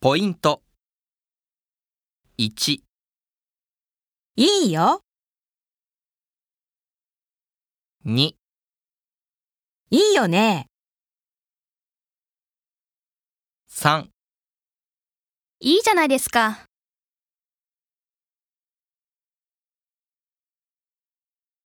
ポイント。1、いいよ、 2、いいよね、 3。いいじゃないですか。